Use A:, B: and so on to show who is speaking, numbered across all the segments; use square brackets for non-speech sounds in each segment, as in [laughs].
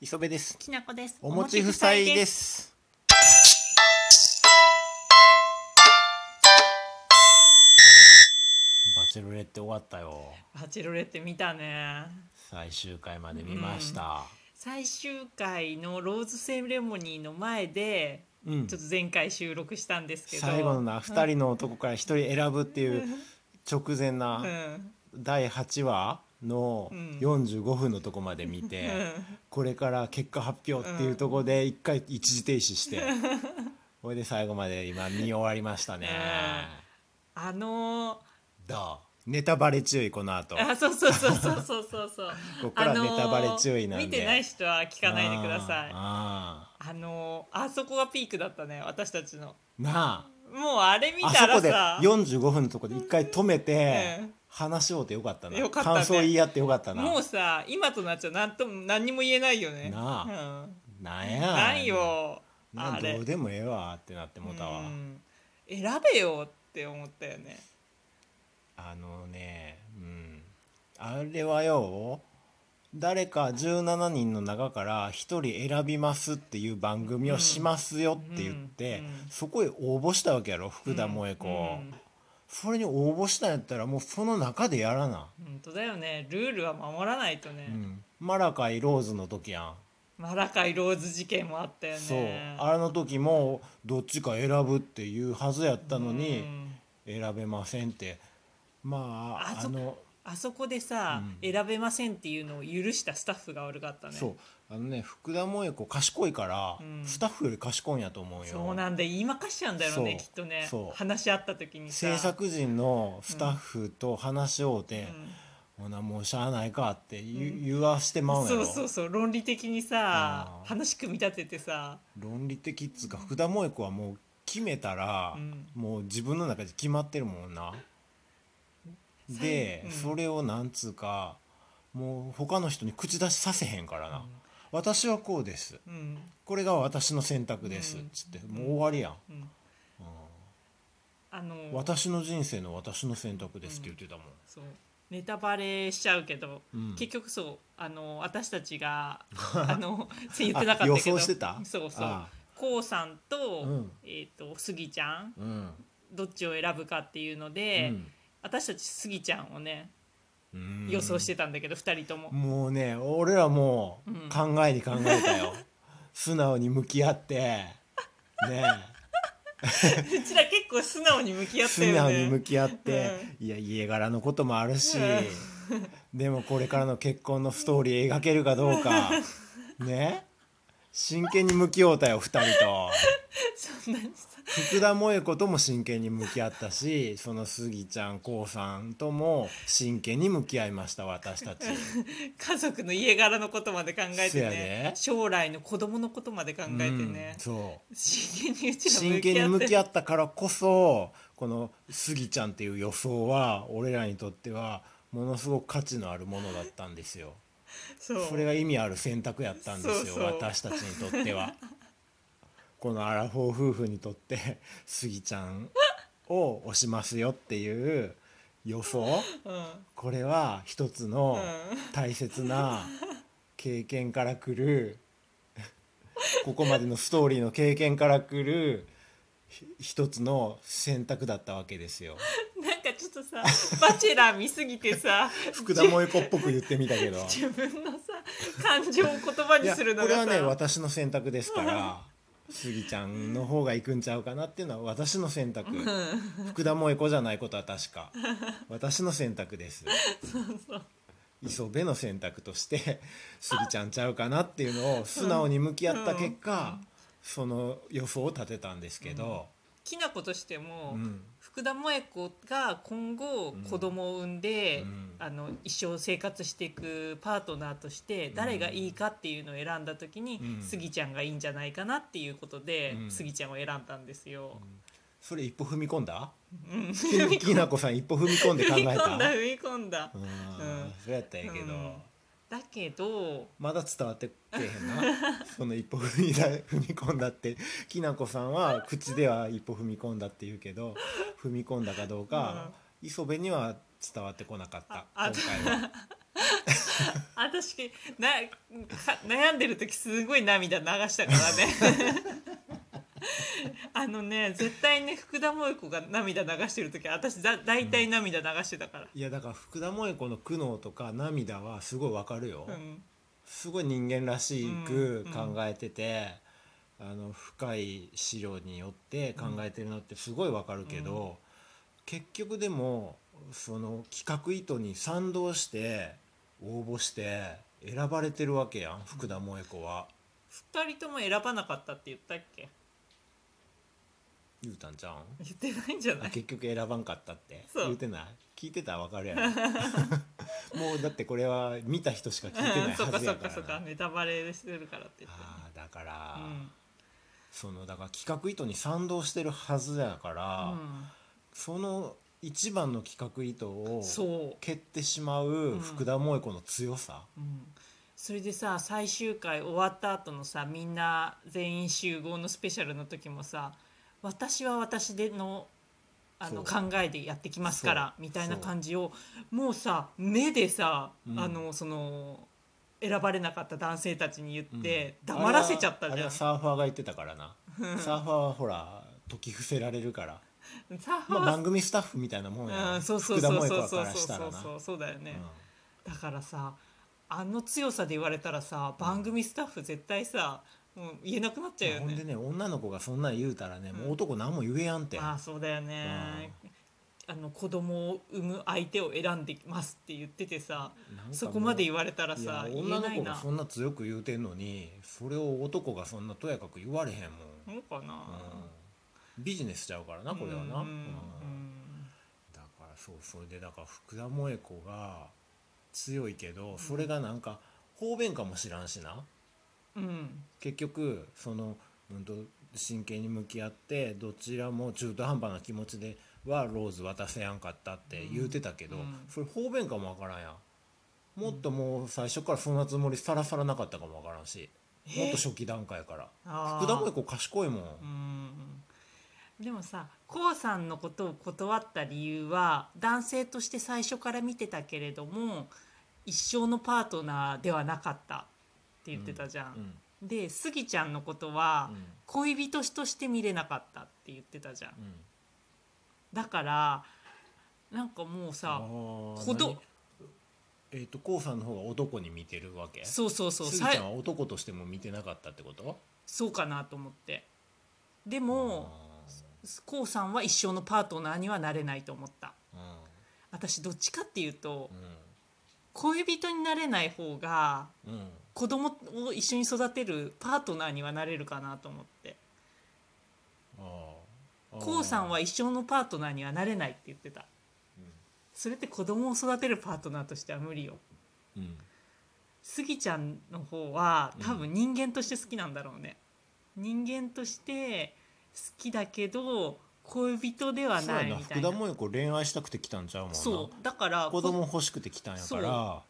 A: 磯部です。
B: きなこです。。
A: お餅夫妻ですす。バチェロレって終わったよ。
B: バチェロレって見たね。
A: 最終回まで見ました。
B: 最終回のローズセレモニーの前で、
A: うん。
B: ちょっと前回収録したんですけど。
A: 最後のな二人の男から一人選ぶっていう直前
B: う。
A: なん第八話の
B: うん
A: 45分のとこまで見て、これから結果発表っていうところで一回一時停止して、これで最後まで今見終わりましたね。
B: あの
A: どうネタバレ注意この後
B: ー、あ、そうそうそうそうそうそうそ
A: [laughs]
B: う。
A: ここからネタバレ注意なんで
B: 見てない人は聞かないでください。あ
A: あーあ
B: のー、あそこがピークだったね、私たちの。
A: ーな
B: もうあれ見
A: ああ
B: た
A: そ
B: ら
A: こで
B: さ。
A: 45分のとこで一回止めて、
B: うん
A: 話し合うてよかったな
B: よかったね
A: 感想言い合ってよかったな
B: もうさ今となっちゃなんとも何にも言えないよね
A: な
B: うん、
A: なんや
B: ないよ
A: なん
B: あれ
A: どうでもええわってなってもうたわ
B: うん選べよって思ったよね
A: あのねうんあれはよ誰か17人の中から1人選びますっていう番組をしますよって言って、
B: うんうん
A: そこへ応募したわけやろ福田萌子、
B: うん
A: それに応募したんやったらもうその中でやらな、
B: 本当だよねルールは守らないとね
A: う、ん、マラカイローズの時やん、
B: マラカイローズ事件もあったよね
A: そうあれの時もどっちか選ぶっていうはずやったのに
B: うん
A: 選べませんってまあ
B: あ
A: あ
B: そっか
A: の
B: あそこでさ、
A: うん
B: 選べませんっていうのを許したスタッフが悪かったね
A: そうあのね福田萌子賢いから、
B: うん
A: スタッフより賢いんやと思うよ
B: そうなんで言いまかしちゃうんだよねき
A: そう
B: っとね
A: そう
B: 話し合った時にさ
A: 制作陣のスタッフと話し合うて、ほなもうしゃあないかって言,、
B: うん
A: 言わしてま
B: う
A: うんんやろ
B: そうそうそう論理的にさ
A: あー
B: 話組み立ててさ、
A: 論理的っつうか福田萌子はもう決めたら、
B: うん
A: もう自分の中で決まってるもんな。で、
B: うん
A: それをなんつうかもう他の人に口出しさせへんからな、私はこうです
B: うん
A: これが私の選択です」
B: う
A: っ
B: ん
A: つってもう終わりやん、
B: うん、
A: う
B: あの
A: ん私の人生の私の選択です」って言ってたもん。
B: そうネタバレしちゃうけど、
A: うん
B: 結局そうあの私たちが
A: [laughs]
B: あの言ってなかったけど
A: 予想してた
B: そうそう
A: ああ
B: こうさんと,、
A: うん
B: えー、とスギちゃん
A: うん
B: どっちを選ぶかっていうので、私たちスギちゃんをね
A: うん
B: 予想してたんだけど、二人とも、
A: もうね俺らもう
B: うん
A: 考えに考えた
B: [laughs]
A: よ、素直に向き合ってねえ
B: うちら結構素直に向き合った
A: 素
B: よね
A: 直に向き合って、いや家柄のこともあるし、 [laughs] でもこれからの結婚のストーリー描けるかどう
B: [laughs]
A: かね真剣に向き合うたよ2人と
B: そんなにさ
A: 福田萌子とも真剣に向き合ったしそのスギちゃんこうさんとも真剣に向き合いました私たち
B: 家族の家柄のことまで考え
A: せ
B: て
A: や
B: ね
A: で
B: 将来の子供のことまで考えてね
A: うん、そう
B: 真剣にうちら
A: 真剣に向き
B: 合って
A: 合ったからこそこのスギちゃんっていう予想は俺らにとってはものすごく価値のあるものだったんですよ。
B: そう
A: それが意味ある選択やったんですよ
B: そうそう
A: 私たちにとってはこのアラフォー夫婦にとってスギちゃんを推しますよっていう予想
B: うん
A: これは一つの
B: うん
A: 大切な経験からくるここまでのストーリーの経験からくるひ一つの選択だったわけですよ
B: なんかちょっとさ「バチェラー」見すぎて
A: [laughs]
B: さ
A: 福田萌子っぽく言ってみたけど
B: 自分のさ感情を言葉
A: い
B: に
A: や
B: するの
A: これ
B: が
A: は
B: さ
A: ね私の選択ですからスギちゃんの方が行くんちゃうかなっていうのは私の選 [laughs] 択福田萌子じゃないことは確か私の選択です磯部の選択としてスギちゃんちゃうかなっていうのを素直に向き合った結果、その予想を立てたんですけど、
B: きなことしても、
A: うん
B: 福田萌子が今後子供を産んで、
A: うん
B: あの一生生活していくパートナーとして誰がいいかっていうのを選んだ時に、
A: うん
B: スギちゃんがいいんじゃないかなっていうことで、
A: うん
B: スギちゃんを選んだんですよ。
A: それ一歩踏み込んだ
B: うん
A: ききなこさん一 [laughs] 歩踏み込んで考え
B: 踏み込んだ
A: た
B: 踏み込んだ
A: う。ん、
B: うん
A: そうやったんやけど、
B: うんだけど
A: まだ伝わってけえへんなその一歩踏みだ踏み込んだってきなこさんは口では一歩踏み込んだって言うけど踏み込んだかどうか、磯部には伝わってこなかった
B: あ
A: 今回は
B: 私なか悩んでる時すごい涙流したからね
A: [laughs]
B: あのね絶対ね福田萌子が涙流してる時私だ大体涙流してたから、
A: いやだから福田萌子の苦悩とか涙はすごいわかるよ、
B: うん
A: すごい人間らしく
B: うん
A: 考えてて、あの深い資料によって考えてるのってすごいわかるけど、結局でもその企画意図に賛同して応募して選ばれてるわけやん福田萌子は。
B: 二人とも選ばなかったって言ったっけ
A: 言うたんちゃうん
B: 言ってないんじゃな
A: あ
B: い
A: 結局選ばんかったって
B: そう
A: 言うてない聞いてたらわかるや
B: [laughs]
A: ろもうだってこれは見た人しか聞いてない
B: うんそっ
A: は
B: か
A: ず
B: そ
A: や
B: っ
A: か
B: からそっ
A: な
B: かネタバレしてるからって言って
A: あーだか
B: う
A: ら、
B: ん
A: そのだから企画意図に賛同してるはずやから、
B: う
A: その一番の企画意図を
B: ん、そう
A: 蹴ってしま
B: ん
A: う福田萌子の強さ、
B: うんそれでさ最終回終わった後のさみんな全員集合のスペシャルの時もさ私は私でのあの
A: そ
B: 考えでやってきますから
A: そう
B: みたいな感じをもうさ目でさ、
A: うん
B: あのその選ばれなかった男性たちに言っ
A: うん
B: て、黙らせちゃった
A: あ
B: じ
A: れ
B: ゃ
A: は
B: ん。
A: サーファーが言ってたからなサーファーはほら解き伏せられる
B: [laughs]
A: から、
B: さあ
A: まあ、番組スタッフみたいなもんやな、
B: うん、そうそ
A: 福
B: う
A: 田
B: そう
A: 萌
B: そ
A: 子
B: うそ
A: か
B: う
A: らした
B: そ
A: ら
B: う
A: な。
B: そうそうだよね、
A: うん
B: だからさあの強さで言われたらさ番組スタッフ絶対さもう言えなくなっちゃうよ
A: ほん
B: ね
A: で。ね女の子がそんなん言うたらね、
B: うん
A: もう男何も言えやんって
B: ああそうだよね、あの子供を産む相手を選んでますって言っててさ
A: なんか
B: そこまで
A: も
B: 言われたら
A: うい
B: さ言え
A: 女の
B: ない
A: 子
B: な
A: がそんな強く言うてんのにそれを男がそんなとやかく言われへんもん、
B: そうかな、
A: うんビジネスちゃうからなこれはな、
B: うん
A: うんだからそうそれでだから福田萌子が強いけどそれがなんか方便かもしらんしな
B: うんうん
A: 結局その、うん、と真剣に向き合ってどちらも中途半端な気持ちではローズ渡せやんかったって言うてたけど、
B: うんうん
A: それ方便かもわからんやんもっともう最初からそんなつもりさらさらなかったかもわからんしもっと初期段階から
B: あー
A: 福田萌子賢いもん、
B: うんでもさこうさんのことを断った理由は男性として最初から見てたけれども一生のパートナーではなかったって言ってたじゃん。
A: うん
B: でスギちゃんのことは、
A: うん
B: 恋人として見れなかったって言ってたじゃん
A: うん
B: だからなんかもう
A: あ
B: さ
A: ー
B: 子ど
A: 何えっ、とこうさんの方が男に見てるわけ
B: そうそうそう
A: スギ
B: さ
A: ちゃんは男としても見てなかったってこと
B: そうかなと思ってでもこうさんは一生のパートナーにはなれないと思った
A: あー
B: 私どっちかっていうと
A: う
B: 恋人になれない方が
A: んうん、うん
B: 子供を一緒に育てるパートナーにはなれるかなと思ってこうさんは一生のパートナーにはなれないって言ってたそれって子供を育てるパートナーとしては無理よ
A: うん
B: スギちゃんの方は
A: うん
B: 多分人間として好きなんだろうね、人間として好きだけど恋人では
A: そう
B: ない
A: や
B: みた
A: 福
B: い
A: 田
B: な
A: 萌子恋愛したくて来たんちゃうもんな
B: そうだから
A: 子
B: こ
A: 供欲しくて来たんやか
B: そ
A: ら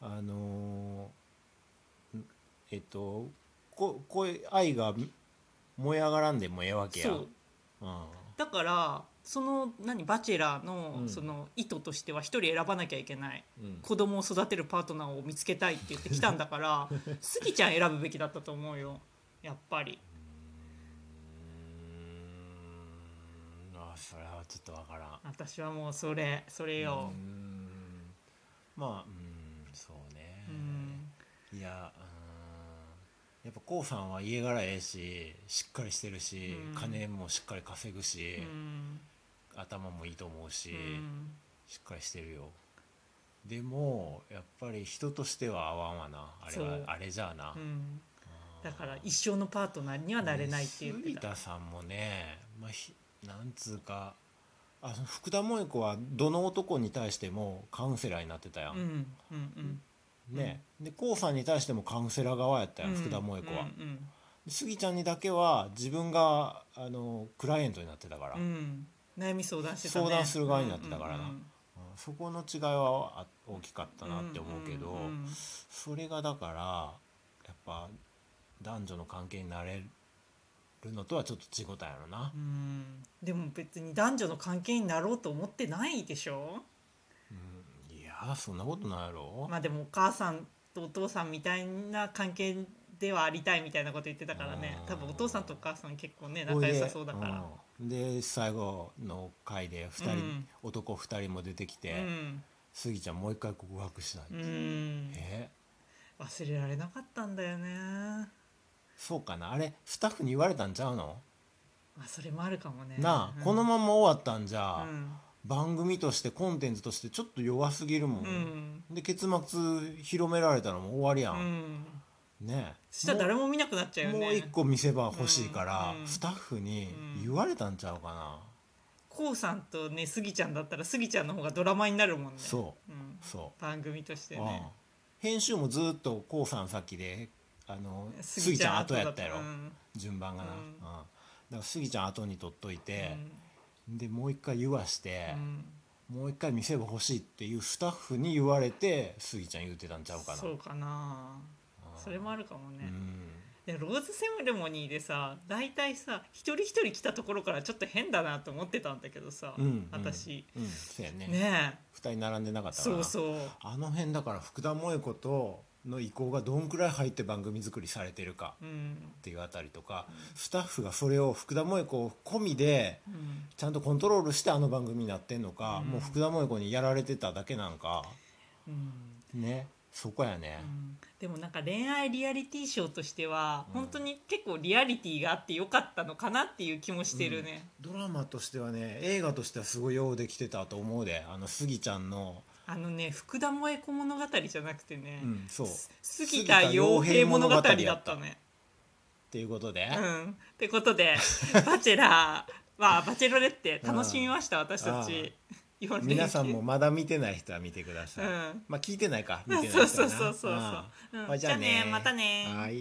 A: あのーんえっとここう愛が燃え上がらんでもええわけや
B: そう
A: うん
B: だからその何バチェラーの,、
A: うん
B: その意図としては一人選ばなきゃいけない
A: うん
B: 子供を育てるパートナーを見つけたいって言ってきたんだから
A: [laughs]
B: スギちゃん選ぶべきだったと思うよやっぱり
A: うーんあそれはちょっとわからん
B: 私はもうそれそれよ
A: うー、んまあうんそうね
B: うん
A: いやうーんやっぱこうさんは家柄ええししっかりしてるし、
B: うん
A: 金もしっかり稼ぐし、
B: うん
A: 頭もいいと思うし、
B: うん
A: しっかりしてるよでもやっぱり人としては合わんわなあれ
B: そ
A: は
B: う
A: あれじゃあな、
B: うんだから一生のパートナーにはなれないって言って
A: 杉
B: た。
A: 田さんもね、まあ、ひなんつうかあの福田萌子はどの男に対してもカウンセラーになってたや、
B: うんんうん
A: ねでこうさんに対してもカウンセラー側やった
B: う
A: やん、
B: ん。
A: 福田萌子は、
B: うん
A: スギちゃんにだけは自分があのクライアントになってたから、
B: うんうん。悩み相談してたね。
A: 相談する側になってたからな
B: うんうん
A: うんそこの違いはあ大きかった
B: うん
A: なって思うけど、
B: んん
A: それがだからやっぱ男女の関係になれるのとはちょっと違うたんやろな
B: う、んでも別に男女の関係になろうと思ってないでしょ。
A: うんいやーそんなことないやろ、
B: まあでもお母さんとお父さんみたいな関係ではありたいみたいなこと言ってたからね
A: うん
B: 多分お父さんとお母さん結構ね
A: ほい
B: 仲
A: で
B: 良さそうだから、
A: うんで最後の回で二人、
B: うん
A: 男2人も出てきて、
B: うん
A: スギちゃんもう一回告白したい、
B: うん
A: え
B: 忘れられなかったんだよね
A: そうかなあれスタッフに言われたんちゃうの、
B: あそれもあるかもね
A: なあ、
B: うん
A: このまま終わったんじ
B: う
A: ゃ、
B: ん
A: 番組としてコンテンツとしてちょっと弱すぎるも、
B: うんん
A: で結末広められたらもう終わりや、
B: うんん
A: ねえ
B: そしたら誰も見なくなっちゃうよ
A: もう
B: ね
A: もう一個見せ場欲しいから、
B: うんうん
A: スタッフに言われたんちゃうかな、
B: こうさんとねスギちゃんだったらスギちゃんの方がドラマになるもんね、
A: そう
B: ん、
A: そう
B: 番組として
A: うん
B: ね
A: 編集もずっとこうさん先であのスギちゃん後やったやろ、
B: うん
A: 順番がな、
B: うん
A: うんだからスギちゃん後に取っといて
B: う、ん
A: でもう一回言わして
B: う、ん
A: もう一回見せ場欲しいっていうスタッフに言われてスギちゃん言うてたんちゃうかな
B: そうかなそれもあるかも
A: う
B: ね、
A: ん
B: でローズセレモニーでさ大体さ一人一人来たところからちょっと変だなと思ってたんだけどさ、
A: うんうん
B: 私、
A: うんそうやね
B: ねえ
A: 2人並んでなかったか
B: そ
A: な
B: うそう
A: あの辺だから福田萌子との意向がどんくらい入って番組作りされてるか
B: うん
A: っていうあたりとかスタッフがそれを福田萌子込みで
B: うん
A: ちゃんとコントロールしてあの番組になってんのか、
B: うん
A: もう福田萌子にやられてただけなんか
B: うん
A: ねそこやね、
B: うんでもなんか恋愛リアリティショーとしては
A: うん
B: 本当に結構リアリティがあってよかったのかなっていう気もしてるね、
A: ドラマとしてはね映画としてはすごいようできてたと思うであのスギちゃんの、
B: あのね福田萌子物語じゃなくてね、
A: うん、そうっ
B: 杉田洋平物語だったね
A: ていうことで、
B: うん、ってこと
A: [laughs]
B: で「バチェラー」まあ「バチェロレッテ」楽しみました、私たち4連休
A: 皆さんもまだ見てない人は見てくだ
B: う
A: さい、
B: ん
A: まあ聞いてないか見てない人
B: そう
A: は
B: そう
A: な
B: そうそうそう
A: ああ
B: うん
A: はいじ
B: じ
A: ゃ
B: ゃ
A: あ
B: あ
A: ね
B: ねまたね
A: はい